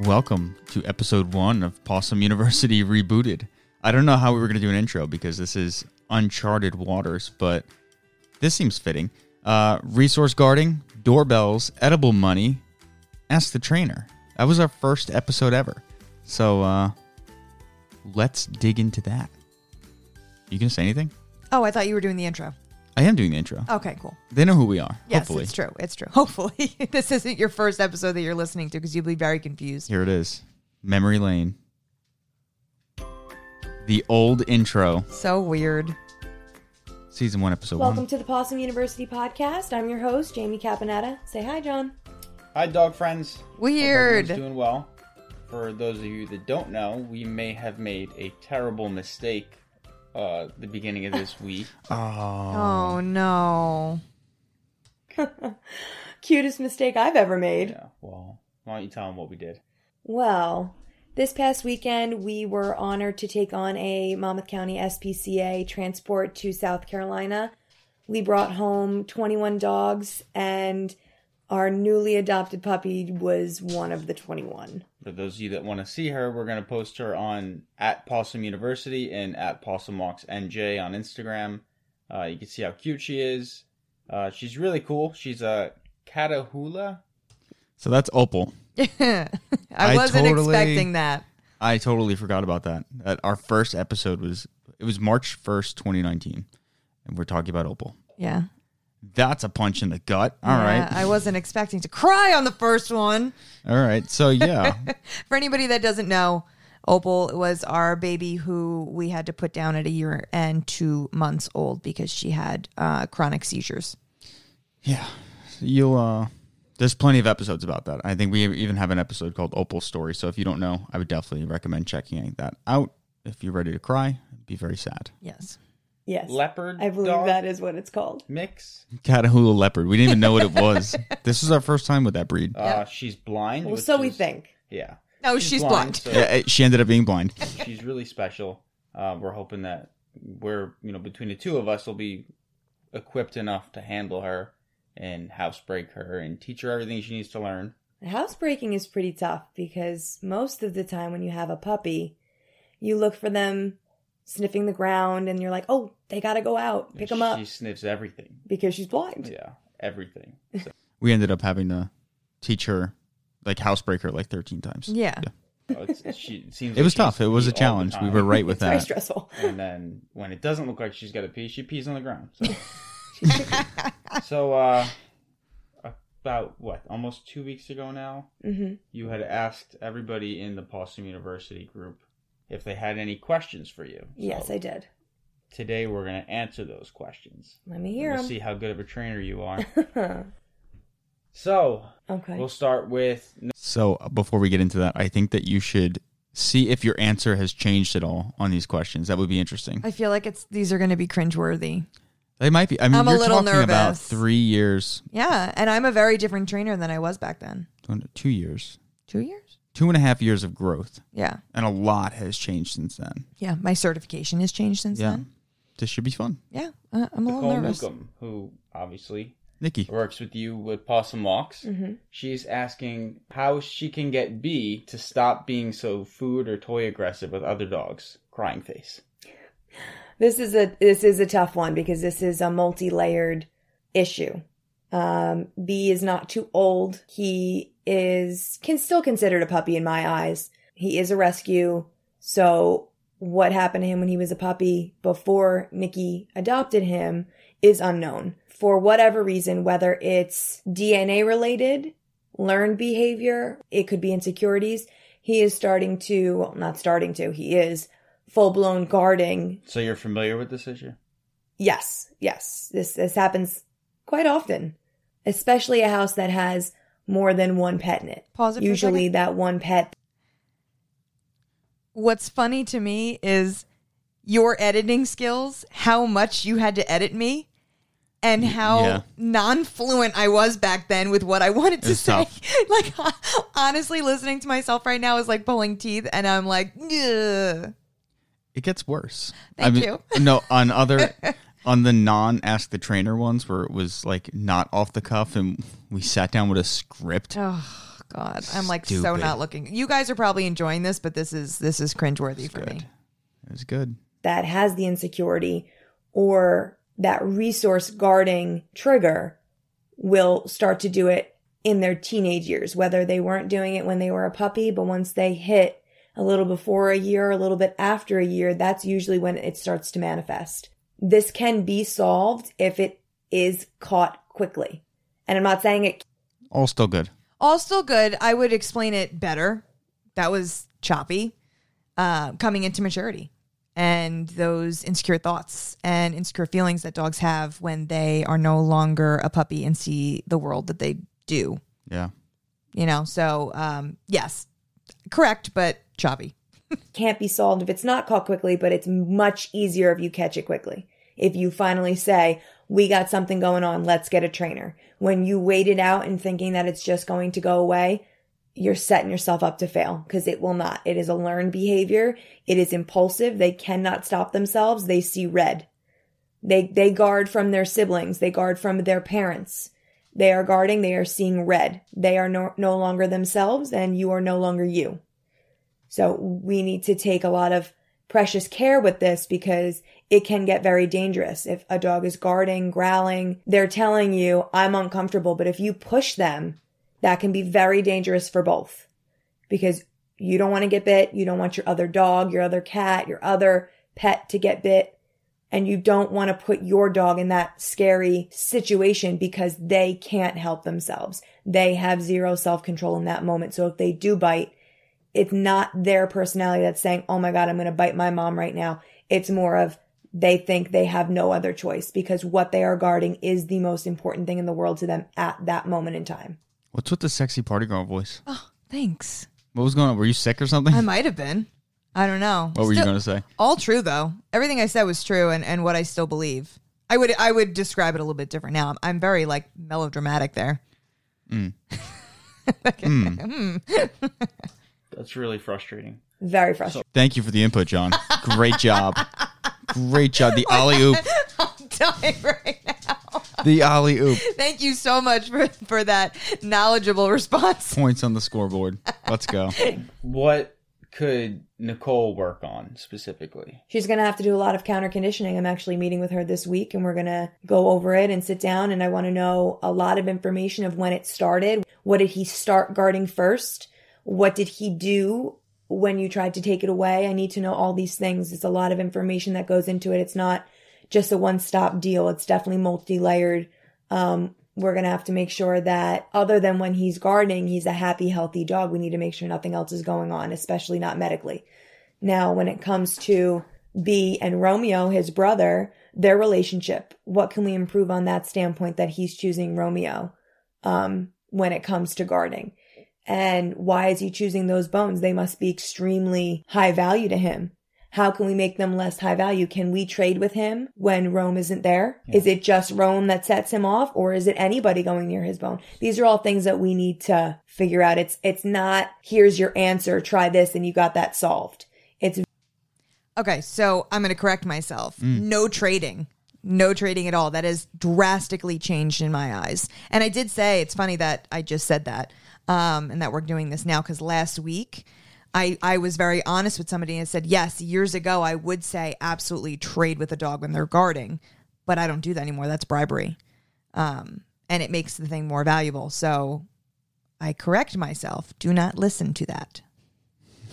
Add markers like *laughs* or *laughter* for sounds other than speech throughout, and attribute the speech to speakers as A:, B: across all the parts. A: Welcome to episode one of Possum University Rebooted. I don't know how we were going to do an intro because this is uncharted waters, but this seems fitting. Uh, resource guarding, doorbells, edible money, ask the trainer. That was our first episode ever. So uh, let's dig into that. You going to say anything?
B: Oh, I thought you were doing the intro.
A: I am doing the intro.
B: Okay, cool.
A: They know who we are.
B: Oh. Yes,
A: hopefully.
B: it's true. It's true. *laughs* Hopefully, this isn't your first episode that you're listening to because you'll be very confused.
A: Here it is Memory Lane. The old intro.
B: So weird.
A: Season one, episode
C: Welcome
A: one.
C: to the Possum University podcast. I'm your host, Jamie Caponetta. Say hi, John.
D: Hi, dog friends. Hope everyone's
B: Weird.
D: doing well. For those of you that don't know, we may have made a terrible mistake uh, the beginning of this week.
A: Oh,
B: Oh no. *laughs*
C: Cutest mistake I've ever made.
D: yeah. Well, why don't you tell them what we did?
C: Well, this past weekend, we were honored to take on a Monmouth County SPCA transport to South Carolina. We brought home 21 dogs, and our newly adopted puppy was one of the 21.
D: For those of you that want to see her, we're going to post her on at Possum University and at Possum Walks NJ on Instagram. Uh, you can see how cute she is. Uh, she's really cool. She's a Catahoula.
A: so that's Opal.
B: I,
A: I
B: wasn't
A: totally-
B: expecting that.
A: I totally forgot about that. That our first episode was it was March first, twenty nineteen, and we're talking about Opal.
B: Yeah.
A: That's a punch in the gut. All right,
B: Yeah, I wasn't expecting to cry on the first one.
A: all right.
C: *laughs*
A: So yeah,
B: For anybody that doesn't know, Opal was our baby who we had to put down at a year and two months old because she had uh, chronic seizures.
A: yeah. You'll uh, there's plenty of episodes about that. I think we even have an episode called Opal Story. So if you don't know, I would definitely recommend checking that out. If you're ready to cry, be very sad.
B: Yes.
C: Yes.
D: Leopard
C: I believe
D: dog
C: that is what it's called.
D: mix.
A: Catahoula leopard. We didn't even know what
B: *laughs*
A: it was. this is our first time with that breed.
D: Uh, she's blind.
C: Well,
D: which
C: so we
D: is-
C: think. Oh,
D: Yeah.
B: No, Oh, she's blind.
D: so-
A: Yeah, it- she ended up being blind.
D: she's really special. Uh, we're hoping that we're you know between the two of us will be equipped enough to handle her and housebreak her and teach her everything she needs to learn.
C: Housebreaking is pretty tough because most of the time when you have a puppy, you look for them sniffing the ground and you're like, oh, they gotta go out, pick them up
D: She sniffs everything.
C: because she's blind.
D: Yeah, everything.
A: We ended up having to teach her, like housebreak her, like thirteen times.
B: Yeah.
D: So it's, *laughs* she it seems like
A: It was
D: she has
A: tough. It
D: to
A: was
D: pee
A: a
D: all the
A: challenge. We
D: time.
A: were right with
C: It's very
A: that.
C: stressful.
D: And then when it doesn't look like she's got to pee, she pees on the ground. So,
C: *laughs*
D: so uh, about what? Almost two weeks ago now.
C: hmm
D: you had asked everybody in the Possum University group if they had any questions for you.
C: Yes,
D: So
C: I did.
D: Today we're going to answer those questions.
C: Let me hear
D: We'll
C: them.
D: see how good of a trainer you
C: *laughs*
D: are.
C: okay.
D: so we'll start with no-
A: So uh, before we get into that, I think that you should see if your answer has changed at all on these questions. That would be interesting.
B: I feel like it's these are going to be cringeworthy.
A: They might be. I mean,
B: I'm a
A: you're
B: little
A: talking about
B: nervous.
A: three years,
B: Yeah, and I'm a very different trainer than I was back then.
A: two years,
B: Two years?
A: two and a half years of growth,
B: Yeah,
A: and a lot has changed since then.
B: yeah. My certification has changed since
A: yeah,
B: then.
A: this should be fun,
B: Yeah, uh, I'm a little
D: Nicole
B: nervous.
D: Newcomb, who obviously
A: Nikki.
D: works with you with Possum Walks.
C: Mm-hmm.
D: She's asking how she can get B to stop being so food or toy aggressive with other dogs. Crying face.
C: This is a this is a tough one because this is a multi-layered issue. Um, B is not too old. He is can still considered a puppy in my eyes. He is a rescue. So what happened to him when he was a puppy before Nikki adopted him is unknown. For whatever reason, whether it's DNA related, learned behavior, it could be insecurities, he is starting to, well, not starting to, he is full blown guarding
D: So you're familiar with this issue?
C: Yes, yes. This this happens quite often, especially a house that has more than one pet in it.
B: Pause it for a
C: Usually,
B: second.
C: that one pet.
B: What's funny to me is your editing skills, how much you had to edit me, and how
A: yeah.
B: non-fluent I was back then with what I *laughs* wanted to
A: It's
B: say.
A: tough.
B: like *laughs* honestly, listening to myself right now is like pulling teeth, and I'm like, "Ugh."
A: It gets worse.
B: Thank you.
A: *laughs* no,
B: *laughs*
A: on other on the non ask the trainer ones where it was like not off the cuff and we sat down with a script.
B: oh God, I'm like so
A: Stupid.
B: not looking. You guys are probably enjoying this, but this is this is cringeworthy
A: It's
B: for
A: good.
B: me.
A: It was good.
C: that has the insecurity or that resource guarding trigger will start to do it in their teenage years, whether they weren't doing it when they were a puppy, but once they hit a little before a year, a little bit after a year, that's usually when it starts to manifest. This can be solved if it is caught quickly. And I'm not saying it
A: All still good.
B: All still good. I would explain it better. That was choppy. Uh, coming into maturity and those insecure thoughts and insecure feelings that dogs have when they are no longer a puppy and see the world that they do.
A: Yeah.
B: You know, so um, yes, correct, but choppy.
C: can't be solved if it's not caught quickly, but it's much easier if you catch it quickly. If you finally say, we got something going on, let's get a trainer. When you wait it out and thinking that it's just going to go away, you're setting yourself up to fail because it will not. It is a learned behavior. It is impulsive. They cannot stop themselves. They see red. They, they guard from their siblings. They guard from their parents. They are guarding. They are seeing red. They are no, no longer themselves and you are no longer you. So we need to take a lot of precious care with this because it can get very dangerous. If a dog is guarding, growling, they're telling you, I'm uncomfortable. But if you push them, that can be very dangerous for both because you don't want to get bit. You don't want your other dog, your other cat, your other pet to get bit. And you don't want to put your dog in that scary situation because they can't help themselves. They have zero self control in that moment. So if they do bite, it's not their personality that's saying, oh my God, I'm going to bite my mom right now. It's more of they think they have no other choice because what they are guarding is the most important thing in the world to them at that moment in time.
A: What's with the sexy party girl voice?
B: Oh, thanks.
A: What was going on? Were you sick or something? *laughs*
B: I might have been. I don't know.
A: what were you
B: Still-
A: going to say?
B: All true though. Everything I said was true and, and what I still believe. I would I would describe it a little bit different now. I'm, I'm very like melodramatic there.
D: That's really frustrating.
C: Very frustrating.
A: Thank you for the input, John. Great job. Great job.
B: *laughs* Oh
A: The alley oop.
B: I'm dying right now.
A: The alley oop.
B: Thank you so much for, for that knowledgeable response.
A: Points on the scoreboard. Let's go.
D: What could Nicole work on specifically?
C: She's going to have to do a lot of counter conditioning. I'm actually meeting with her this week and we're going to go over it and sit down. And I want to know a lot of information of when it started. What did he start guarding first? What did he do when you tried to take it away? I need to know all these things. It's a lot of information that goes into it. It's not just a one stop deal. It's definitely multi layered. Um, we're going to have to make sure that other than when he's guarding, he's a happy, healthy dog. We need to make sure nothing else is going on, especially not medically. Now, when it comes to B and Romeo, his brother, their relationship, what can we improve on that standpoint that he's choosing Romeo um, when it comes to guarding? And why is he choosing those bones? They must be extremely high value to him. How can we make them less high value? Can we trade with him when Rome isn't there? Is it just Rome that sets him off or is it anybody going near his bone? These are all things that we need to figure out. It's, it's not here's your answer. Try this and you got that solved. It's
B: Okay, so I'm going to correct myself. No trading. No trading at all. That has drastically changed in my eyes. And I did say, it's funny that I just said that um, and that we're doing this now because last week I, I was very honest with somebody and said, yes, years ago I would say absolutely trade with a dog when they're guarding, but I don't do that anymore. That's bribery. Um, and it makes the thing more valuable. So I correct myself. Do not listen to that. *laughs*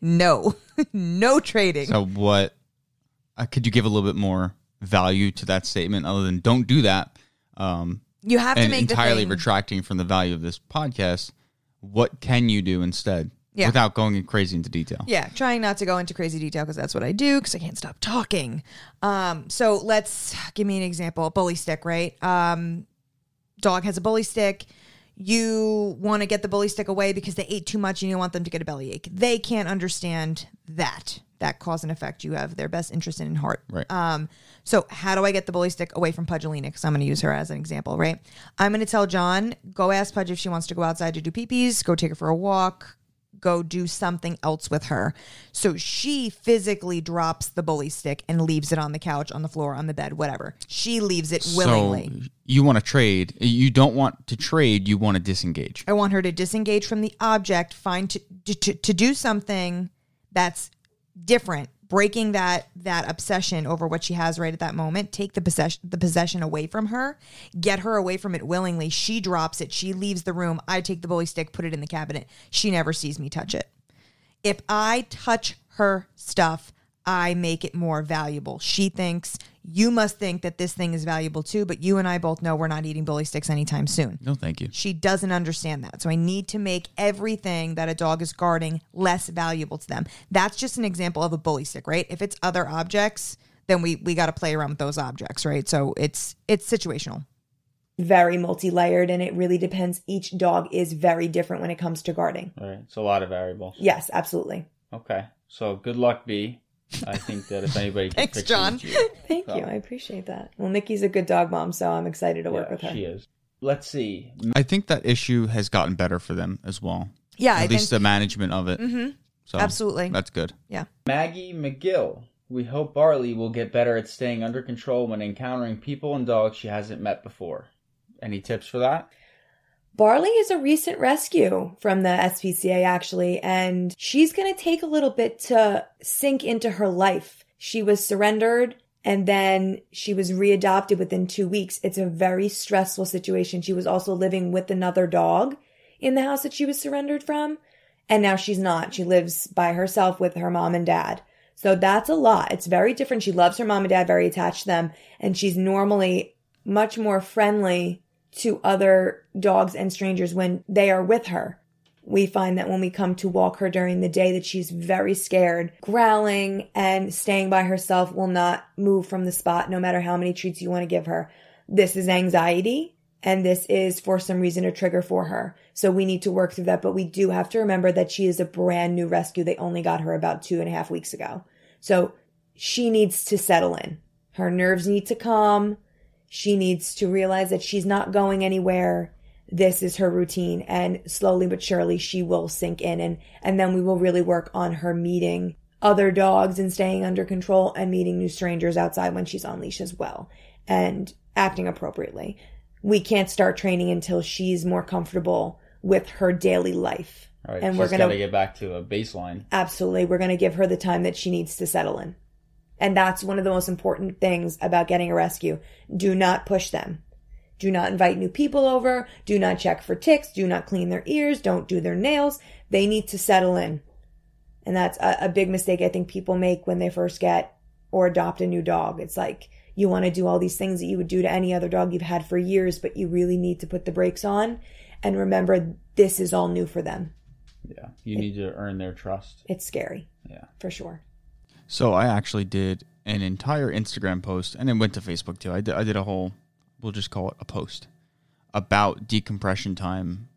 B: no, *laughs* no trading.
A: So, what uh, could you give a little bit more value to that statement other than don't do that? Um,
B: You have to
A: and
B: make
A: entirely
B: the thing.
A: retracting from the value of this podcast, what can you do instead
B: Yeah.
A: without going in crazy into detail?
B: yeah, trying not to go into crazy detail because that's what I do because I can't stop talking. Um, so let's give me an example. Bully stick, right? Um, dog has a bully stick. You want to get the bully stick away because they ate too much and you want them to get a bellyache. They can't understand that, that cause and effect. You have their best interest in heart.
A: Right.
B: Um, so, how do I get the bully stick away from Pudgelina? Because I'm going to use her as an example, right? I'm going to tell John, go ask Pudge if she wants to go outside to do pee pees, go take her for a walk, go do something else with her. So she physically drops the bully stick and leaves it on the couch, on the floor, on the bed, whatever. She leaves it willingly.
A: So you want to trade. You don't want to trade. You want to disengage.
B: I want her to disengage from the object, find to to, to do something that's different, breaking that that obsession over what she has right at that moment, take the possession the possession away from her, get her away from it willingly. She drops it, she leaves the room. I take the bully stick, put it in the cabinet. She never sees me touch it. If I touch her stuff, I make it more valuable. She thinks you must think that this thing is valuable too, but you and I both know we're not eating bully sticks anytime soon.
A: No, thank you.
B: She doesn't understand that. So I need to make everything that a dog is guarding less valuable to them. That's just an example of a bully stick, right? If it's other objects, then we we got to play around with those objects, right? So it's it's situational.
C: Very multi layered, and it really depends. Each dog is very different when it comes to guarding.
D: All right, it's a lot of variables.
C: Yes, absolutely.
D: Okay, so good luck, B. I think that if
C: *laughs*
D: anybody can
B: Thanks,
D: fix
B: John.
D: it, it's you.
C: Thank you. I appreciate that. Well, Nikki's a good dog mom, so I'm excited to work
D: Yeah,
C: with her.
D: she is. Let's see.
A: I think that issue has gotten better for them as well.
B: Yeah, I
A: At least
B: think
A: the management of it. Mm-hmm. So
B: absolutely.
A: That's good.
D: Maggie McGill. We hope Barley will get better at staying under control when encountering people and dogs she hasn't met before. Any tips for that?
C: Barley is a recent rescue from the SPCA, actually, and she's going to take a little bit to sink into her life. She was surrendered and then she was readopted within two weeks. It's a very stressful situation. She was also living with another dog in the house that she was surrendered from, and now she's not. She lives by herself with her mom and dad. So that's a lot. It's very different. She loves her mom and dad, very attached to them, and she's normally much more friendly to other dogs and strangers when they are with her. We find that when we come to walk her during the day that she's very scared, growling and staying by herself will not move from the spot no matter how many treats you want to give her. This is anxiety and this is for some reason a trigger for her. So we need to work through that, but we do have to remember that she is a brand new rescue. They only got her about two and a half weeks ago. So she needs to settle in. Her nerves need to calm. She needs to realize that she's not going anywhere. This is her routine and slowly but surely she will sink in and, and then we will really work on her meeting other dogs and staying under control and meeting new strangers outside when she's on leash as well and acting appropriately. We can't start training until she's more comfortable with her daily life.
D: All right,
C: And
D: she's
C: we're gonna-
D: got to get back to a baseline.
C: Absolutely. We're going to give her the time that she needs to settle in. And that's one of the most important things about getting a rescue. Do not push them. Do not invite new people over. Do not check for ticks. Do not clean their ears. Don't do their nails. They need to settle in. And that's a, a big mistake I think people make when they first get or adopt a new dog. It's like you want to do all these things that you would do to any other dog you've had for years, but you really need to put the brakes on and remember this is all new for them.
D: Yeah, you need to earn their trust.
C: It's scary.
D: Yeah.
C: For sure.
A: So I actually did an entire Instagram post, and it went to Facebook too. I did, I did a whole, we'll just call it a post, about decompression time.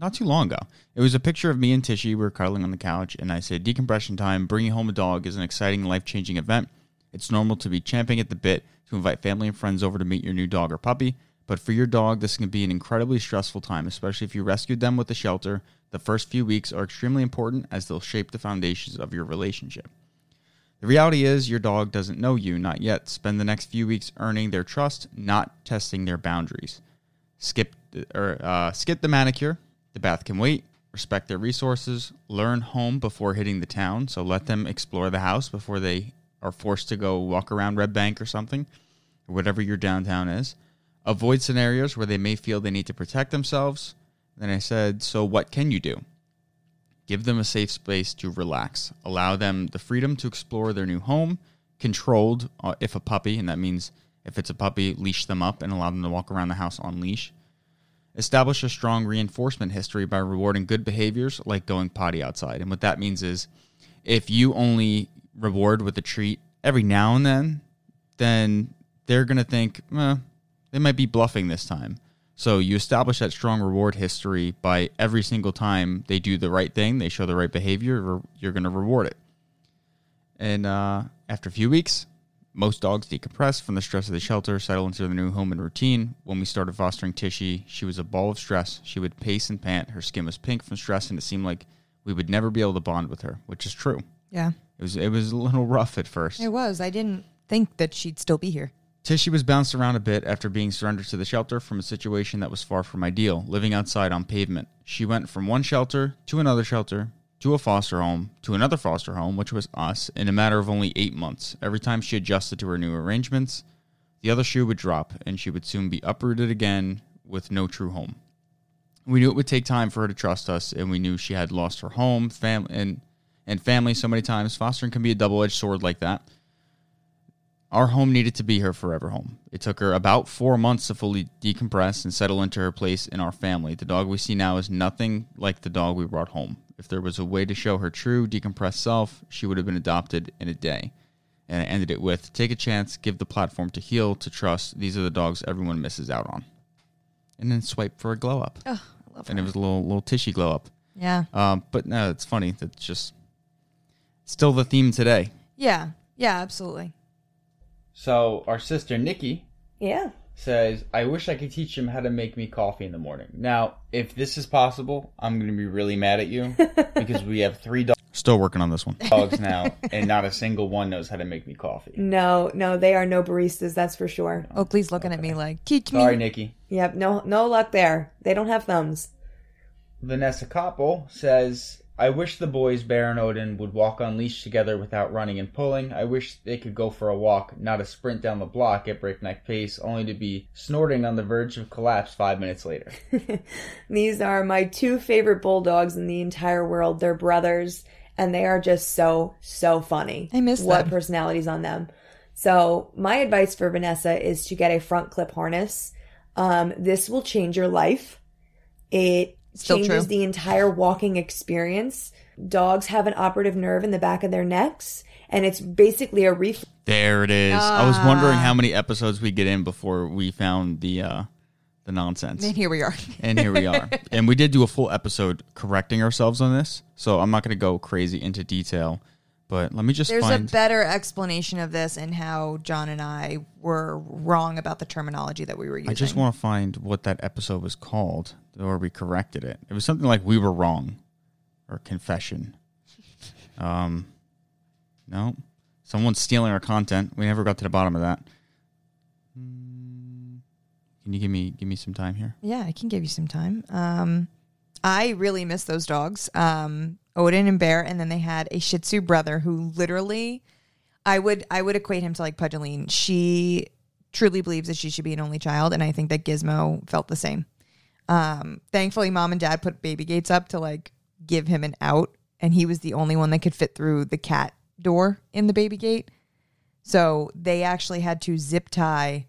A: Not too long ago, it was a picture of me and Tishy. We were cuddling on the couch, and I said, "Decompression time. Bringing home a dog is an exciting, life-changing event. It's normal to be champing at the bit to invite family and friends over to meet your new dog or puppy, but for your dog, this can be an incredibly stressful time, especially if you rescued them with a shelter. The first few weeks are extremely important as they'll shape the foundations of your relationship." The reality is, your dog doesn't know you, not yet. Spend the next few weeks earning their trust, not testing their boundaries. Skip or uh, skip the manicure. The bath can wait. Respect their resources. Learn home before hitting the town. So let them explore the house before they are forced to go walk around Red Bank or something, or whatever your downtown is. Avoid scenarios where they may feel they need to protect themselves. Then I said, so what can you do? Give them a safe space to relax. Allow them the freedom to explore their new home, controlled uh, if a puppy, and that means if it's a puppy, leash them up and allow them to walk around the house on leash. Establish a strong reinforcement history by rewarding good behaviors like going potty outside. And what that means is if you only reward with a treat every now and then, then they're going to think, eh, they might be bluffing this time. So you establish that strong reward history by every single time they do the right thing, they show the right behavior, re- you're going to reward it. And uh, after a few weeks, most dogs decompress from the stress of the shelter, settle into their new home and routine. When we started fostering Tishy, she was a ball of stress. She would pace and pant. Her skin was pink from stress, and it seemed like we would never be able to bond with her, which is true.
B: Yeah.
A: It was it was a little rough at first.
B: It was. I didn't think that she'd still be here.
A: Tishy was bounced around a bit after being surrendered to the shelter from a situation that was far from ideal, living outside on pavement. She went from one shelter to another shelter to a foster home to another foster home, which was us, in a matter of only eight months. Every time she adjusted to her new arrangements, the other shoe would drop and she would soon be uprooted again with no true home. We knew it would take time for her to trust us, and we knew she had lost her home, family, and, and family so many times. Fostering can be a double edged sword like that. Our home needed to be her forever home. It took her about four months to fully decompress and settle into her place in our family. The dog we see now is nothing like the dog we brought home. If there was a way to show her true, decompressed self, she would have been adopted in a day. And I ended it with take a chance, give the platform to heal, to trust. These are the dogs everyone misses out on. And then swipe for a glow up.
B: Oh, I love
A: and it was a little little tishy glow up.
B: Yeah.
A: Um, but no, it's funny. That's just still the theme today.
B: Yeah. Yeah, absolutely.
D: So our sister Nikki
C: Yeah.
D: says, I wish I could teach him how to make me coffee in the morning. Now, if this is possible, I'm going to be really mad at you because we have three
A: Still working on this one.
D: dogs now and not a single one knows how to make me coffee.
C: No, no, they are no baristas, that's for sure.
B: Oakley's looking at me like, teach
D: Sorry,
B: me.
D: Nikki.
C: Yep, no no luck there. They don't have thumbs.
D: Vanessa Koppel says, I wish the boys, Bear and Odin, would walk on leash together without running and pulling. I wish they could go for a walk, not a sprint down the block at breakneck pace, only to be snorting on the verge of collapse five minutes later.
C: These are my two favorite bulldogs in the entire world. They're brothers, and they are just so, so funny.
B: I miss
C: what
B: them.
C: personalities on them. So my advice for Vanessa is to get a front clip harness. Um, this will change your life. It
B: Still
C: changes
B: true.
C: the entire walking experience. Dogs have an operative nerve in the back of their necks, and it's basically a reflex.
A: There it is. I was wondering
B: Ah.
A: how many episodes we get in before we found the uh, the nonsense.
B: And here *laughs* we are.
A: and here we are. and we did do a full episode correcting ourselves on this, so I'm not going to go crazy into detail. But let me just
B: There's a
A: find.
B: better explanation of this and how John and I were wrong about the terminology that we were using.
A: I just want to find what that episode was called, or we corrected it. It was something like "We Were Wrong" or "Confession." Um, no, someone's stealing our content. We never got to the bottom of that. Hmm. Can you give me give me some time here?
B: Yeah, I can give you some time. Um, I really miss those dogs, um, Odin and Bear, and then they had a Shih Tzu brother who literally, I would I would equate him to like Pudgeline. She truly believes that she should be an only child, and I think that Gizmo felt the same. Um, thankfully, mom and dad put baby gates up to like give him an out, and he was the only one that could fit through the cat door in the baby gate. So they actually had to zip tie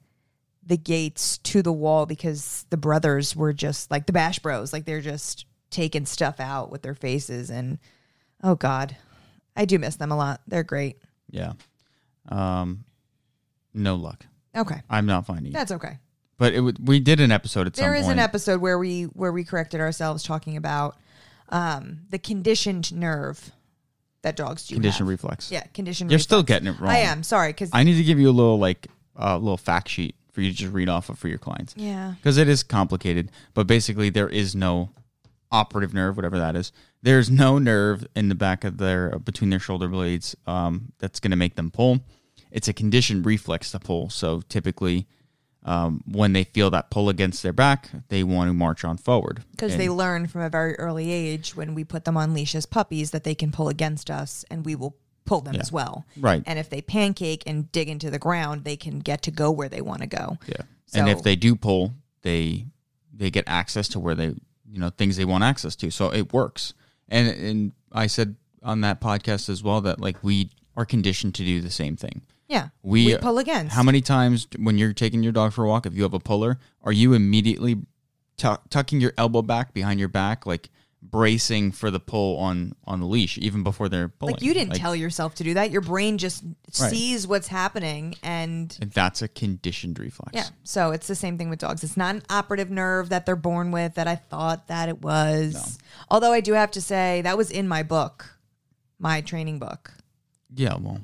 B: the gates to the wall because the brothers were just like the Bash Bros, like they're just taking stuff out with their faces. And oh God, I do miss them a lot. They're great.
A: Yeah. Um, no luck.
B: Okay,
A: I'm not finding it.
B: that's okay.
A: But it would we did an episode at
B: There
A: some
B: is
A: point.
B: an episode where we where we corrected ourselves talking about um, the conditioned nerve that dogs do.
A: Condition
B: have.
A: reflex.
B: yeah, conditioned.
A: You're
B: reflex.
A: still getting it wrong.
B: I am sorry because
A: I need to give you a little like a little fact sheet for you to just read off of for your clients.
B: yeah,
A: because it is complicated. But basically, there is no operative nerve, whatever that is. There's no nerve in the back of their between their shoulder blades um, that's going to make them pull. It's a conditioned reflex to pull. So typically, um, when they feel that pull against their back, they want to march on forward
B: because
A: And-
B: they learn from a very early age when we put them on leash as puppies that they can pull against us and we will pull them as well.
A: right.
B: And if they pancake and dig into the ground, they can get to go where they want to go.
A: Yeah. and
B: So-
A: if they do pull, they they get access to where they you know things they want access to. So it works. And and I said on that podcast as well that like we are conditioned to do the same thing.
B: Yeah.
A: We- uh,
B: pull against.
A: How many times when you're taking your dog for a walk, if you have a puller, are you immediately tu- tucking your elbow back behind your back, like bracing for the pull on on the leash, even before they're pulling?
B: like you didn't tell yourself to do that. Your brain just
A: Right.
B: sees what's happening and
A: And that's a conditioned reflex.
B: yeah. So it's the same thing with dogs. It's not an operative nerve that they're born with that I thought that it was. Although I do have to say that was in my book, my training book.
A: Yeah. Well,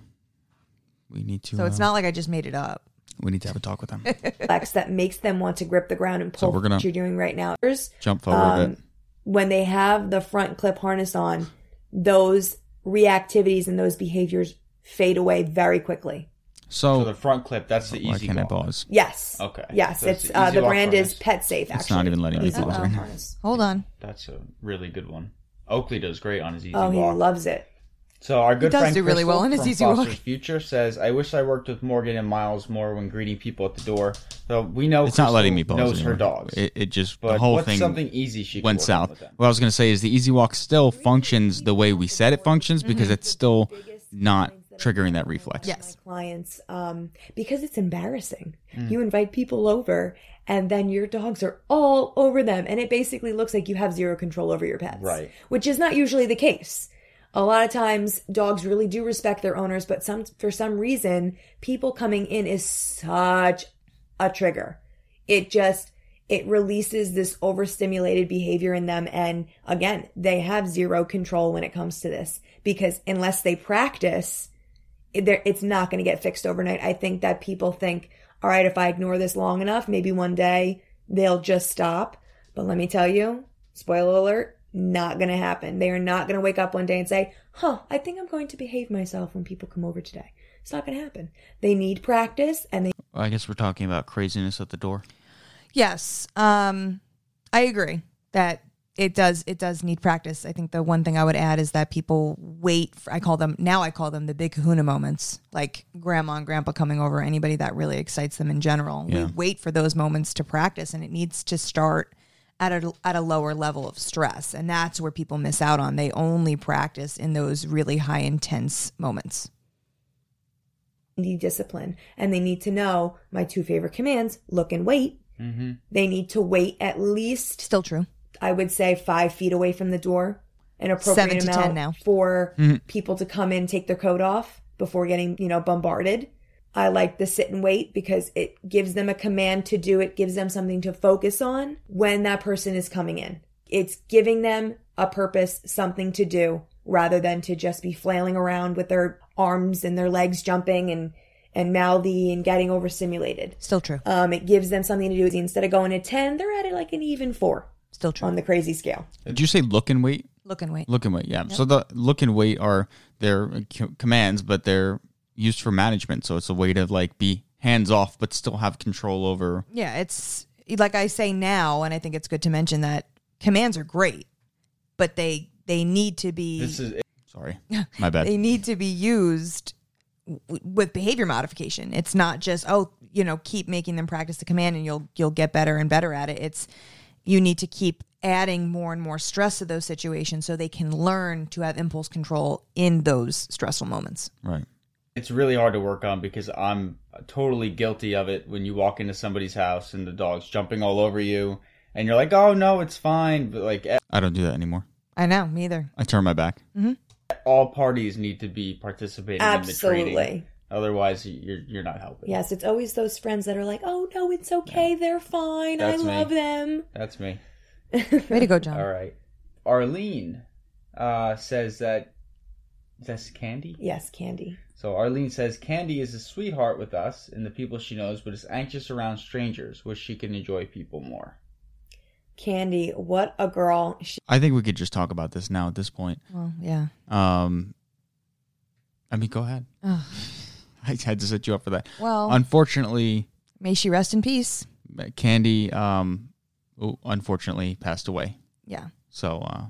A: we need to.
B: So it's
A: uh,
B: not like I just made it up.
A: We need to have a talk
B: *laughs*
A: with them.
C: flex that makes them want to grip the ground and pull
A: we're gonna-
D: Um,
C: what you're doing right now.
A: Jump forward a bit.
C: When they have the front clip harness on, those reactivities and those behaviors fade away very quickly.
D: So
A: So,
D: the front clip, that's the
A: Oh. why
D: easy
A: can't I
D: walk.
A: pause?
C: Yes.
D: Okay.
C: Yes,
D: So
C: it's,
D: it's the
C: uh,
D: easy
C: the
D: walk
C: brand
D: harness.
C: is Pet Safe. Actually,
A: It's not even letting me
C: Easy
A: pause
C: walk
A: right now.
C: harness.
B: Hold on.
D: That's a really good one. Oakley does great on his easy
C: Oh, he
D: walk.
C: loves it.
D: so our good
B: does
D: friend
B: do really
D: Crystal
B: well on his
D: from
B: easy
D: Foster's
B: walk.
D: Future says, "I wish I worked with Morgan and Miles more when greeting people at the door." So we know
A: It's not
D: Crystal
A: letting me pause.
D: Knows
A: anymore.
D: her dogs,
A: It, it just
D: but
A: the whole
D: what's
A: thing
D: something easy she could
A: went
D: work on
A: south.
D: with them?
A: What I was going to say is the easy walk still functions the way we said it functions
B: Mm-hmm.
A: because it's still not triggering that reflex.
B: Yes.
C: My clients, um, because it's embarrassing. You invite people over, and then your dogs are all over them, and it basically looks like you have zero control over your pets,
D: Right.
C: Which is not usually the case. A lot of times, dogs really do respect their owners, but some for some reason, people coming in is such a trigger. It just it releases this overstimulated behavior in them and again, they have zero control when it comes to this because unless they practice, it- they're- it's not going to get fixed overnight. I think that people think, "All right, if I ignore this long enough, maybe one day they'll just stop." But let me tell you, spoiler alert, not going to happen. They are not going to wake up one day and say, "Huh, I think I'm going to behave myself when people come over today." It's not going to happen. They need practice and they
A: I guess we're talking about craziness at the door.
B: Yes. Um, I agree that it does it does need practice. I think the one thing I would add is that people wait for, I call them now I call them the big kahuna moments, like grandma and grandpa coming over, anybody that really excites them in general.
A: Yeah.
B: We wait for those moments to practice and it needs to start at a, at a lower level of stress and that's where people miss out on. They only practice in those really high intense moments.
C: need discipline and they need to know my two favorite commands look and wait. They need to wait at least,
B: Still true.
C: I would say, five feet away from the door, an appropriate
B: Seven to
C: amount
B: 10 now.
C: for people to come in, take their coat off before getting, you know, bombarded. I like the sit and wait because it gives them a command to do. It gives them something to focus on when that person is coming in. It's giving them a purpose, something to do rather than to just be flailing around with their arms and their legs jumping and, and mouthy and getting overstimulated.
B: Still true.
C: Um, it gives them something to do. Instead of going to 10, they're at it like an even four
B: Still true.
C: on the crazy scale.
A: Did you say look and wait?
B: Look and wait.
A: Look and wait. Yeah. So the look and wait are their c- commands, but they're used for management. So it's a way to like be hands off, but still have control over.
B: Yeah, it's like I say now, and I think it's good to mention that commands are great, but they they need to be
D: This is
A: Sorry, my bad.
B: they need to be used w- with behavior modification. It's not just oh, you know, keep making them practice the command and you'll you'll get better and better at it. It's you need to keep adding more and more stress to those situations so they can learn to have impulse control in those stressful moments.
A: Right.
D: it's really hard to work on because I'm totally guilty of it when you walk into somebody's house and the dog's jumping all over you and you're like, "Oh no, it's fine." But like e, at-
A: I don't do that anymore.
B: I know, me either.
A: I turn my back.
B: Mm.
D: all parties need to be participating in the training.
C: Absolutely.
D: Otherwise, you're you're not helping.
C: Yes, it's always those friends that are like, oh, no, it's okay. They're fine.
D: That's
C: I
D: me.
C: love them.
D: That's me.
B: Way to go, John.
D: All right. Arlene uh, says that that's candy.
C: Yes, Candy.
D: So Arlene says Candy is a sweetheart with us and the people she knows, but is anxious around strangers, wish she can enjoy people more.
C: Candy, what a girl. She,
A: I think we could just talk about this now at this point.
B: Well, yeah.
A: Um, I mean,
D: *laughs*
A: go ahead.
B: Ugh.
A: I had to set you up for that.
B: Well,
A: Unfortunately,
B: may she rest in peace.
A: Candy, um, oh, unfortunately, passed away.
B: Yeah.
A: So uh,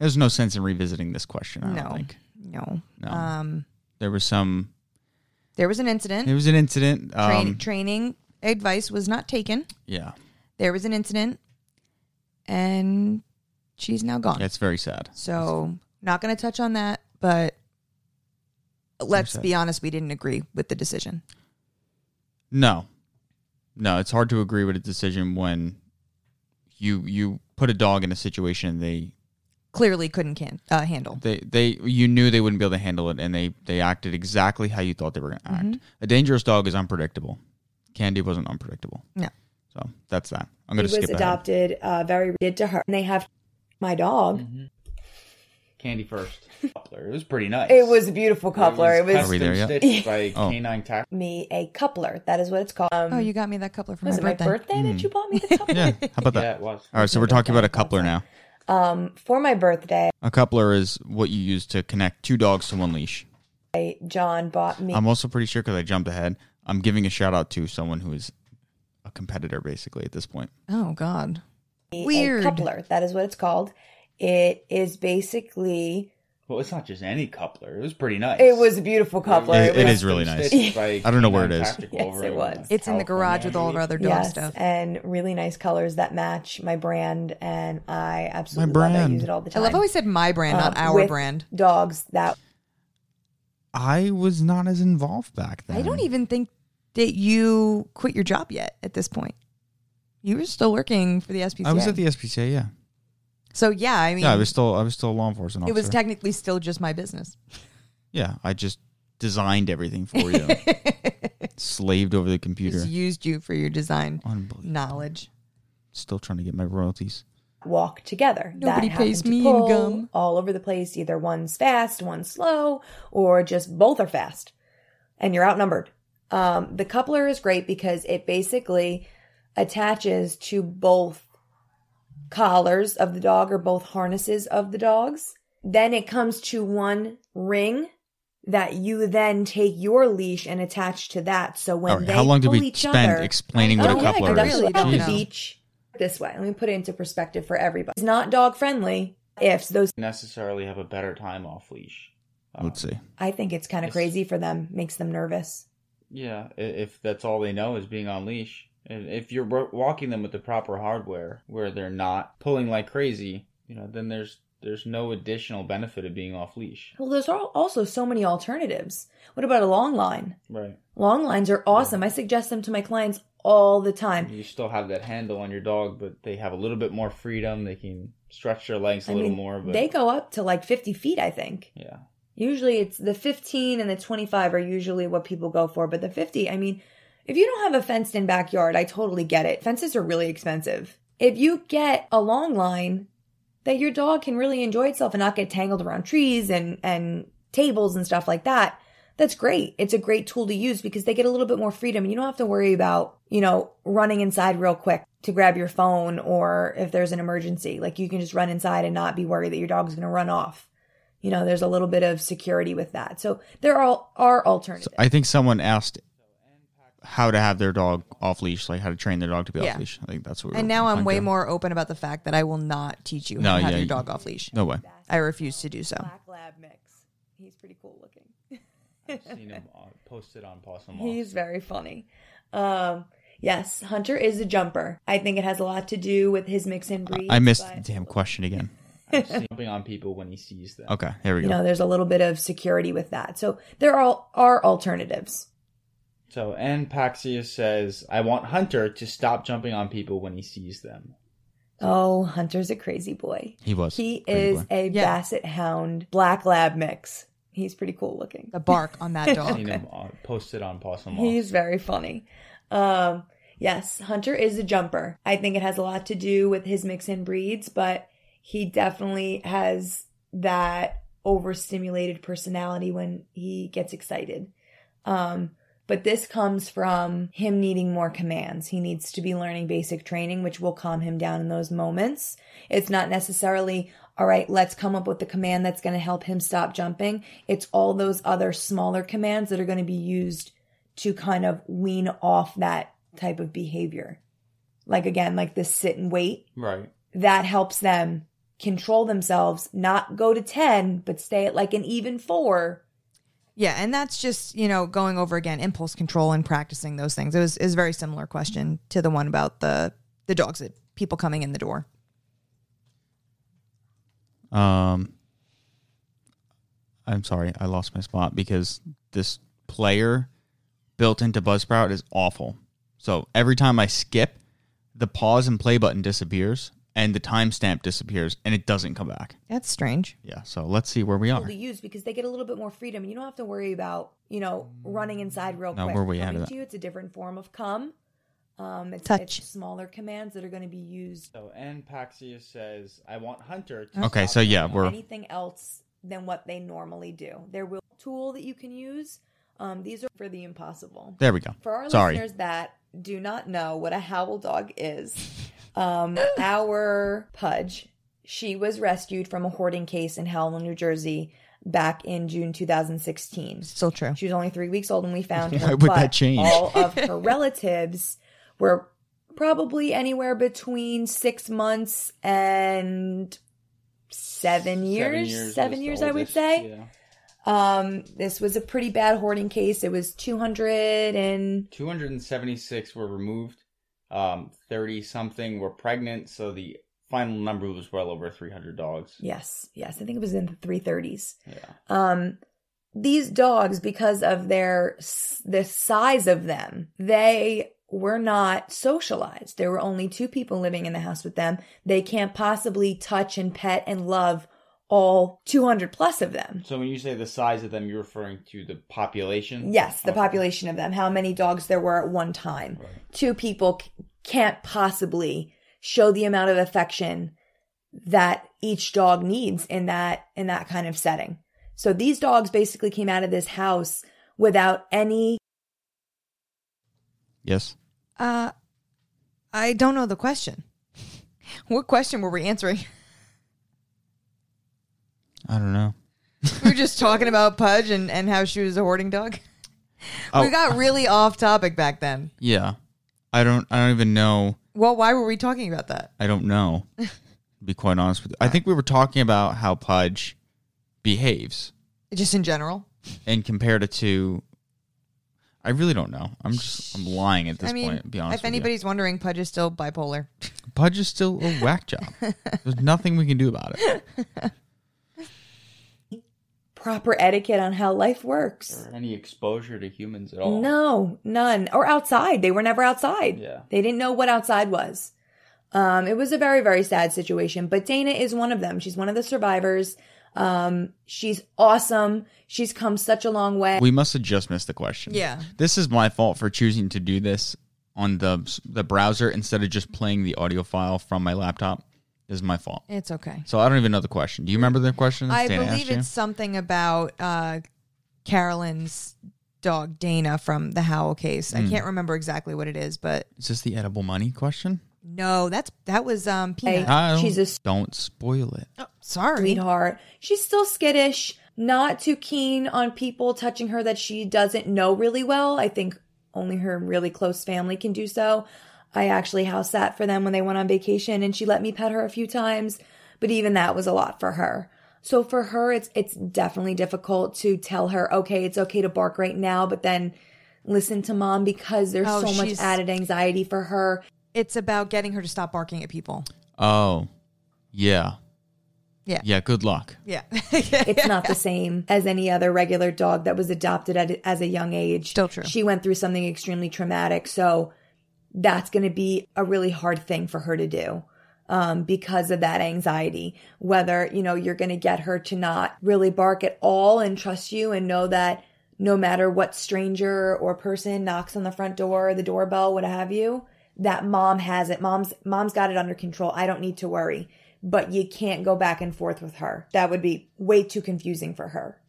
A: there's no sense in revisiting this question. I
B: No.
A: don't think.
B: No.
A: No.
B: Um,
A: There was some.
B: there was an incident.
A: There was an incident.
B: Train,
A: Um,
B: training advice was not taken.
A: yeah,
B: There was an incident, and she's now gone.
A: it's very sad.
B: So, not going to touch on that, but let's
A: sad.
B: be honest, we didn't agree with the decision.
A: No, no, it's hard to agree with a decision when you you put a dog in a situation they
B: Clearly couldn't can, uh, handle.
A: they they you knew they wouldn't be able to handle it and they they acted exactly how you thought they were going to act a dangerous dog is unpredictable candy wasn't unpredictable
B: No.
A: so that's that
C: she
A: i'm going to
C: was
A: skip ahead.
C: adopted, uh, very did to her. And they have my dog.
D: Candy first. Coupler. It was pretty nice.
C: It was a beautiful coupler. It was,
A: Are we there yet?
D: custom stitched by
A: *laughs* Oh.
D: Canine Tax.
C: me a coupler. That is what it's called. Um,
B: Oh, you got me that coupler for
C: was
B: my
C: it my
B: birthday.
D: Mm. *laughs*
C: birthday that you bought me the coupler?
A: yeah how about that
D: Yeah, it was.
A: all right so we're talking about a coupler now
C: Um, for my birthday,
D: A coupler is what you use to connect two dogs to one leash.
C: I- John bought me.
D: I'm also pretty sure because I jumped ahead. I'm giving a shout out to someone who is a competitor basically at this point.
B: Oh God.
C: a
B: Weird.
C: coupler. That is what it's called. It is basically.
A: Well, it's not just any coupler. It was pretty nice.
C: It was a beautiful coupler.
D: It- it
C: was-
D: is really nice.
A: I
D: I don't know where it is.
C: Yes, it was.
B: It's in the garage with all of our other dog
C: yes,
B: stuff.
C: and really nice colors that match my brand, and I absolutely
D: My
C: love
D: brand.
C: it. I use it all the
B: I
C: time.
B: love how we said my brand,
D: Uh,
B: not
C: Um,
B: our
C: with
B: brand.
C: Dogs that
D: I was not as involved back then.
B: I don't even think that you quit your job yet at this point. You were still working for the SPCA.
D: I was at the SPCA. Yeah,
B: so yeah, I mean,
D: yeah. I was still. I was still a law enforcement
B: it
D: officer.
B: was technically still just my business.
D: yeah, I just designed everything for you. Slaved over the computer.
B: Just used you for your design
D: Unbelievable.
B: knowledge.
D: Still trying to get my royalties.
C: walk together.
B: Nobody
C: that happened
B: pays
C: to
B: me in
C: pull
B: gum.
C: All over the place. Either one's fast, one's slow, or just both are fast. And you're outnumbered. Um, the coupler is great because it basically attaches to both collars of the dog or both harnesses of the dogs. Then it comes to one ring that you then take your leash and attach to that. So when
D: All right.
C: they
D: How long did
C: pull
D: we
C: each
D: spend
C: other,
D: explaining what
B: Oh,
D: a
B: yeah, I
D: coupler
B: could
D: is?
B: really
C: Especially
D: Jeez.
C: at the
B: know.
C: beach. This way, let me put it into perspective for everybody. It's not dog friendly. If those,
A: necessarily have a better time off leash. Um,
D: Let's see.
C: I think it's kind of
A: Yes.
C: crazy for them. Makes them nervous.
A: Yeah, i- if that's all they know is being on leash, and if you're wa- walking them with the proper hardware where they're not pulling like crazy, you know, then there's there's no additional benefit of being off leash.
C: Well, there's al- also so many alternatives. What about a long line?
A: Right.
C: Long lines are awesome. I suggest them to my clients all the time.
A: You still have that handle on your dog, but they have a little bit more freedom. They can stretch their legs a
C: I
A: little
C: mean,
A: more. But
C: they go up to like 50 feet, I think.
A: Yeah.
C: Usually it's the 15 and the 25 are usually what people go for, but the 50, I mean, if you don't have a fenced in backyard, I totally get it. Fences are really expensive. If you get a long line that your dog can really enjoy itself and not get tangled around trees and and tables and stuff like that, that's great. It's a great tool to use because they get a little bit more freedom and you don't have to worry about, you know, running inside real quick to grab your phone or if there's an emergency. Like you can just run inside and not be worried that your dog's going to run off. You know, there's a little bit of security with that. So there are are alternatives.
D: I think someone asked how to have their dog off leash, like how to train their dog to be
B: Yeah.
D: off leash. I think that's what. we
B: And
D: were
B: now I'm
D: on
B: way
D: to.
B: more open about the fact that I will not teach you
D: No,
B: how to have
D: yeah,
B: your
D: you-
B: dog off leash.
D: No way.
B: I refuse to do so.
C: Black lab mix. He's pretty cool looking.
A: I've seen them on- posted on Possum Walk.
C: He's very funny. Um, yes, Hunter is a jumper. I think it has a lot to do with his mix and breed.
D: I missed the damn question again.
A: I've seen jumping on people when he sees them.
D: Okay, here we
C: You
D: go.
C: know, there's a little bit of security with that. So there are are alternatives.
A: So Ann Paxia says, "I want Hunter to stop jumping on people when he sees them."
C: Oh, Hunter's a crazy boy.
D: He was
C: He
D: crazy
C: is
D: boy.
C: a
B: Yeah.
C: basset hound black lab mix. He's pretty cool looking.
B: The bark on that
D: *laughs*
A: I've
B: dog.
A: seen them on, posted on Possum Walk.
C: He's very funny. Um, yes, Hunter is a jumper. I think it has a lot to do with his mix and breeds, but he definitely has that overstimulated personality when he gets excited. Um, but this comes from him needing more commands. He needs to be learning basic training, which will calm him down in those moments. It's not necessarily, all right, let's come up with the command that's going to help him stop jumping. It's all those other smaller commands that are going to be used to kind of wean off that type of behavior. Like again, like this sit and wait
A: right.
C: that helps them control themselves, not go to 10, but stay at like an even four.
B: Yeah, and that's just you know going over again impulse control and practicing those things. It was is a very similar question to the one about the the dogs that people coming in the door.
D: Um, I'm sorry, I lost my spot because this player built into Buzzsprout is awful. So every time I skip, the pause and play button disappears and the timestamp disappears and it doesn't come back.
B: That's strange.
D: Yeah, so let's see where we
C: people
D: are.
C: to use because they get a little bit more freedom. You don't have to worry about, you know, running inside real
D: Now,
C: quick.
D: where we
C: Coming
D: at?
C: to you, it's a different form of come. Um, it's,
B: Touch.
C: it's smaller commands that are going to be used.
A: So Ann Paxia says, "I want Hunter to."
D: Okay,
A: stop
D: so
A: jumping
D: yeah,
A: on
D: we're
C: Anything else than what they normally do. There will tool that you can use. Um, these are for the impossible.
D: there. We go.
C: For our
D: Sorry,
C: listeners that do not know what a howl dog is, um, our Pudge, She was rescued from a hoarding case in Howell, New Jersey, back in June 2016.
B: Still true.
C: She was only three weeks old when we found
D: *laughs*
C: her.
D: Why would
C: but
D: that change?
C: All
D: *laughs*
C: of her relatives were probably anywhere between six months and seven years. Seven years,
A: was the
C: I would
A: oldest,
C: say.
A: yeah.
C: Um, this was a pretty bad hoarding case. It was 200 and
A: 276 were removed. Um, 30 something were pregnant, so the final number was well over 300 dogs.
C: yes, yes, I think it was in the 330s.
A: Yeah.
C: um these dogs because of their s- the size of them they were not socialized there were only two people living in the house with them they can't possibly touch and pet and love all 200 plus of them
A: So when you say the size of them, you're referring to the population?
C: yes the
A: Okay.
C: population of them how many dogs there were at one time
A: Right.
C: two people c- can't possibly show the amount of affection that each dog needs in that in that kind of setting. So these dogs basically came out of this house without any
D: Yes.
B: Uh, I don't know the question. *laughs* What question were we answering? *laughs*
D: I don't know.
B: We were just talking about Pudge and, and how she was a hoarding dog.
D: Oh,
B: We got really off topic back then.
D: yeah. I don't. I don't even know.
B: Well, why were we talking about that?
D: I don't know. to be quite honest with you, I think we were talking about how Pudge behaves
B: Just in general.
D: and compared it to. I really don't know. I'm just. I'm lying at this
B: I mean,
D: point. to Be honest.
B: if
D: with you.
B: anybody's wondering, Pudge is still bipolar.
D: Pudge is still a whack
C: *laughs*
D: job. There's nothing we can do about it.
C: proper etiquette on how life works.
A: Or any exposure to humans at all.
C: No, none. Or outside. They were never outside.
A: Yeah.
C: They didn't know what outside was. Um, it was a very, very sad situation, but Dana is one of them. She's one of the survivors. Um, she's awesome. She's come such a long way.
D: We must have just missed the question.
B: Yeah.
D: This is my fault for choosing to do this on the the browser instead of just playing the audio file from my laptop. This is my fault.
B: It's okay.
D: So I don't even know the question. Do you remember the question? that
B: I
D: Dana asked
B: believe
D: you?
B: it's something about uh, Carolyn's dog Dana from the Howell case.
D: Hmm.
B: I can't remember exactly what it is, but
D: Is this the edible money question?
B: no, that's that was um Peanut.
C: Hey.
D: I don't-
C: She's a s-
D: don't spoil it.
B: Oh, sorry.
C: sweetheart. She's still skittish, not too keen on people touching her that she doesn't know really well. I think only her really close family can do so. I actually house sat for them when they went on vacation and she let me pet her a few times, but even that was a lot for her. So for her it's it's definitely difficult to tell her, okay, it's okay to bark right now, but then listen to mom because there's
B: Oh,
C: so much
B: she's-
C: added anxiety for her.
B: It's about getting her to stop barking at people.
D: Oh, yeah,
B: Yeah.
D: yeah. Good luck.
B: Yeah.
C: it's
B: *laughs*
C: not the same as any other regular dog that was adopted at as a young age.
B: Still true.
C: She went through something extremely traumatic, so that's going to be a really hard thing for her to do um, because of that anxiety. Whether you know you're going to get her to not really bark at all and trust you and know that no matter what stranger or person knocks on the front door, the doorbell, what have you, that mom has it. Mom's mom's got it under control. I don't need to worry. But you can't go back and forth with her. That would be way too confusing for her.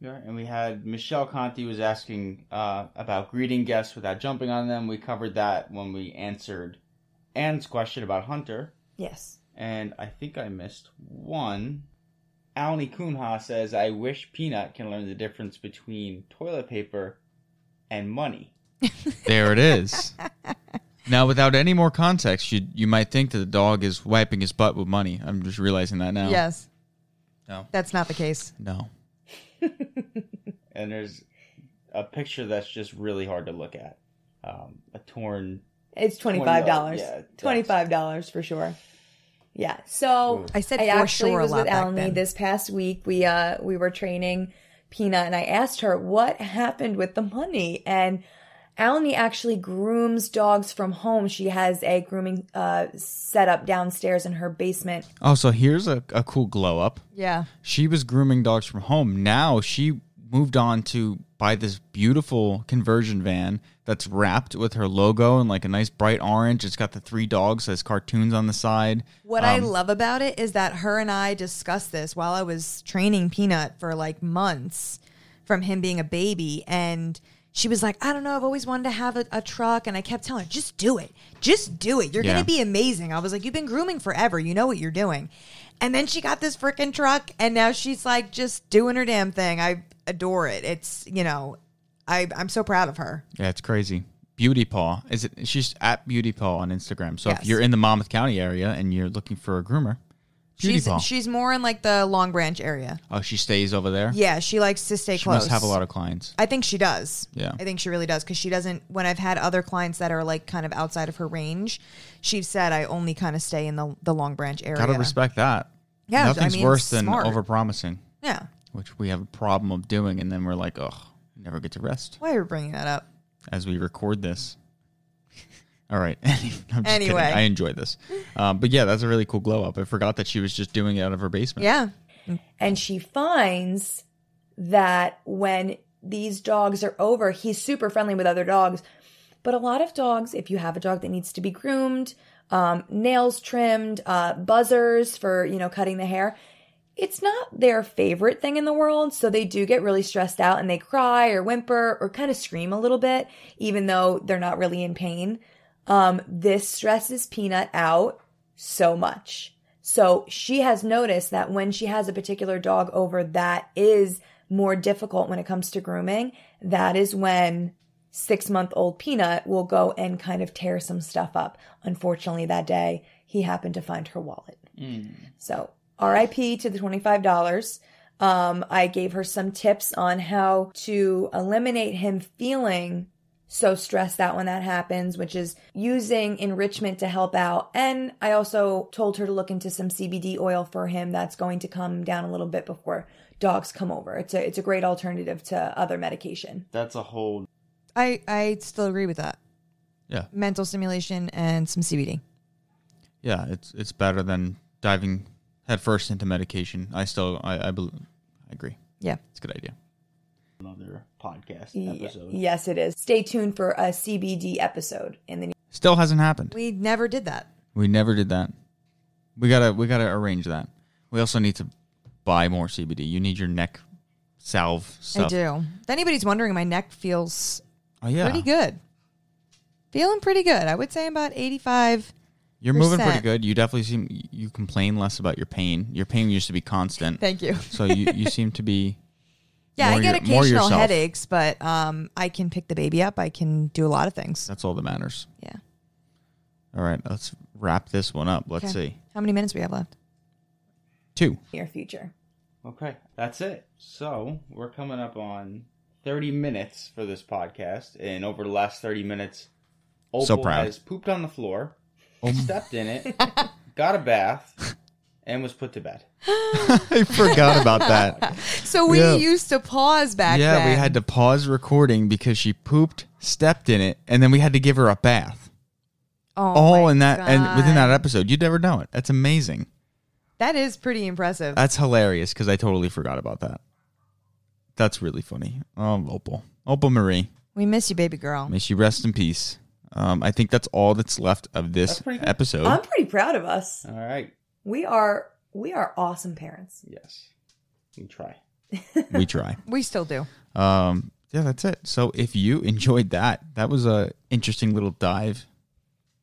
A: Yeah, and we had Michelle Conti was asking uh, about greeting guests without jumping on them. We covered that when we answered Anne's question about Hunter.
C: Yes.
A: And I think I missed one. Alni Kunha says, I wish Peanut can learn the difference between toilet paper and money.
D: *laughs* There it is. now, without any more context, you you might think that the dog is wiping his butt with money. I'm just realizing that now.
B: *laughs* Yes.
D: No.
B: That's not the case.
D: No.
A: And there's a picture that's just really hard to look at. Um, a torn.
C: It's
A: $20.
C: twenty five dollars.
A: Yeah, that's-
C: twenty five dollars for sure. Yeah. So
B: I said
C: I
B: for
C: actually
B: sure a
C: was
B: lot
C: with
B: back
C: Alani
B: then.
C: this past week. We uh we were training Peanut, and I asked her what happened with the money. And Alani actually grooms dogs from home. She has a grooming uh setup downstairs in her basement.
D: Oh, so here's a, a cool glow up.
B: Yeah.
D: She was grooming dogs from home. Now she moved on to buy this beautiful conversion van that's wrapped with her logo and like a nice bright orange. It's got the three dogs, has cartoons on the side.
B: What I love about it is that her and I discussed this while I was training Peanut for like months from him being a baby. And she was like, I don't know, I've always wanted to have a, a truck. And I kept telling her, just do it. Just do it. You're
A: Yeah.
B: going to be amazing. I was like, you've been grooming forever. You know what you're doing. And then she got this freaking truck. And now she's like, just doing her damn thing. I adore it. It's, you know, I, I'm so proud of her.
A: Yeah, it's crazy. Beauty Paw is it? She's at Beauty Paw on Instagram. So if
B: Yes.
A: you're in the Monmouth County area and you're looking for a groomer, Beauty
B: She's,
A: Paw.
B: she's more in like the Long Branch area.
A: oh, she stays over there.
B: Yeah, she likes to stay
A: she
B: close.
A: must have a lot of clients.
B: I think she does.
A: Yeah.
B: I think she really does because she doesn't. When I've had other clients that are like kind of outside of her range, she's said I only kind of stay in the the Long Branch area.
A: Gotta respect that.
B: Yeah, I
A: nothing's
B: mean,
A: worse than
B: smart.
A: overpromising,
B: Yeah.
A: which we have a problem of doing, and then we're like, oh, never get to rest
B: Why are you bringing that up?
A: as we record this. *laughs* All right. *laughs* I'm just kidding.
B: Anyway.
A: I enjoy this, um, but yeah, that's a really cool glow up. I forgot that she was just doing it out of her basement.
B: Yeah.
C: and she finds that when these dogs are over, he's super friendly with other dogs. But a lot of dogs, if you have a dog that needs to be groomed, um, nails trimmed, uh, buzzers for you know cutting the hair, it's not their favorite thing in the world. So they do get really stressed out and they cry or whimper or kind of scream a little bit, even though they're not really in pain. Um, this stresses Peanut out so much. So she has noticed that when she has a particular dog over that is more difficult when it comes to grooming, that is when six month old Peanut will go and kind of tear some stuff up. Unfortunately, that day he happened to find her wallet. So RIP to the $25. Um, I gave her some tips on how to eliminate him feeling so stressed out when that happens, which is using enrichment to help out. And I also told her to look into some CBD oil for him that's going to come down a little bit before dogs come over. It's a it's a great alternative to other medication.
D: That's a whole.
B: I I still agree with that.
A: Yeah.
B: Mental stimulation and some CBD.
A: Yeah, it's it's better than diving headfirst into medication. I still I I, bel I agree.
B: Yeah.
A: It's a good idea.
D: Another podcast
C: Ye-
D: episode.
C: yes, it is. Stay tuned for a CBD episode in the near
A: Still hasn't happened.
B: We never did that.
A: We never did that. We gotta we gotta arrange that. We also need to buy more CBD. You need your neck salve stuff.
B: I do. If anybody's wondering, my neck feels
A: Oh yeah,
B: pretty good. Feeling pretty good. I would say about 85.
A: You're moving pretty
B: percent.
A: good. You definitely seem you complain less about your pain. Your pain used to be constant,
B: Thank you.
A: so you
B: *laughs*
A: you seem to be.
B: Yeah,
A: more
B: I get
A: your- more
B: occasional
A: yourself.
B: headaches, but um, I can pick the baby up. I can do a lot of things.
A: That's all that matters.
B: Yeah.
A: All right, let's wrap this one up. Let's
B: Okay.
A: see
B: How many minutes we have left?
A: two.
C: near future.
D: Okay, that's it. So we're coming up on 30 minutes for this podcast, and over the last 30 minutes, Opal
A: So proud. Oh
D: has pooped on the floor, stepped in it,
B: *laughs*
D: got a bath, and was put to bed.
B: *laughs*
A: I forgot about that.
B: So we
A: Yeah.
B: used to pause back
A: yeah,
B: then.
A: we had to pause recording because she pooped, stepped in it, and then we had to give her a bath.
B: oh
A: all
B: my
A: in that and within that
B: God.
A: episode. You'd never know it. That's amazing.
B: That is pretty impressive.
A: That's hilarious because I totally forgot about that. That's really funny. Um, Opal, Opal Marie,
B: we miss you, baby girl.
A: may she rest in peace. Um, I think that's all that's left of this
D: That's pretty good.
A: episode.
C: I'm pretty proud of us.
D: All right.
C: We are we are awesome parents.
D: Yes. We try.
A: we try.
B: We still do.
A: Um, yeah, that's it. So if you *laughs* enjoyed that, that was a interesting little dive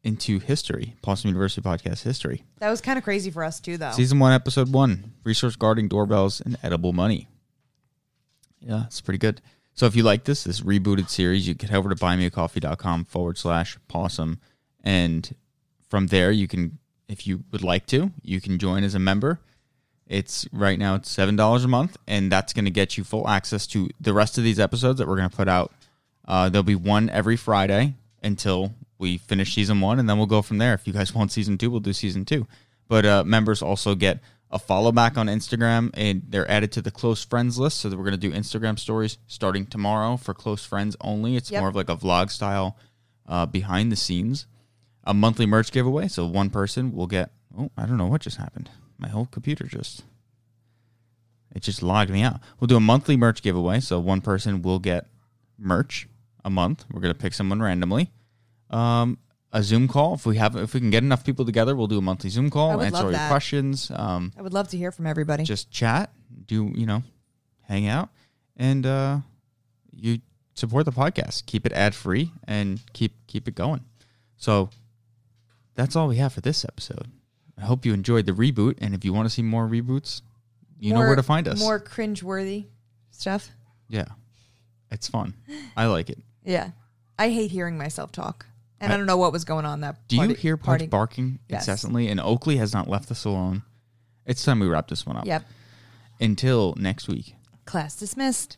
A: into history, Boston University podcast history.
B: That was kind of crazy for us too, though.
A: Season one, episode one: resource guarding doorbells and edible money. Yeah, it's pretty good. So if you like this this rebooted series, you can head over to buymeacoffee.com forward slash possum, and from there you can, if you would like to, you can join as a member. It's right now it's seven dollars a month, and that's going to get you full access to the rest of these episodes that we're going to put out. Uh, there'll be one every Friday until we finish season one, and then we'll go from there. If you guys want season two, we'll do season two. But uh, members also get a follow back on Instagram, and they're added to the close friends list. So that we're going to do Instagram stories starting tomorrow for close friends only. It's
B: Yep.
A: more of like a vlog style, uh, behind the scenes a monthly merch giveaway. So one person will get. Oh, I don't know what just happened. My whole computer just. It just logged me out. We'll do a monthly merch giveaway. So one person will get merch a month. We're gonna pick someone randomly. Um, a Zoom call if we have if we can get enough people together, we'll do a monthly Zoom
B: I
A: call.
B: would
A: Answer
B: love
A: all your
B: that.
A: questions. Um,
B: I would love to hear from everybody.
A: just chat, do you know, hang out, and uh, you support the podcast, keep it ad free, and keep keep it going. So that's all we have for this episode. I hope you enjoyed the reboot, and if you want to see more reboots, you know where to find us.
B: More cringeworthy stuff.
A: Yeah, it's fun. I like it.
B: Yeah. I hate hearing myself talk. And I,
A: I-
B: don't know what was going on that
A: Do
B: party-
A: you hear Punch
B: party.
A: barking
B: Yes.
A: incessantly? And Oakley has not left us alone. It's time we wrap this one up.
B: Yep.
A: Until next week.
B: Class dismissed.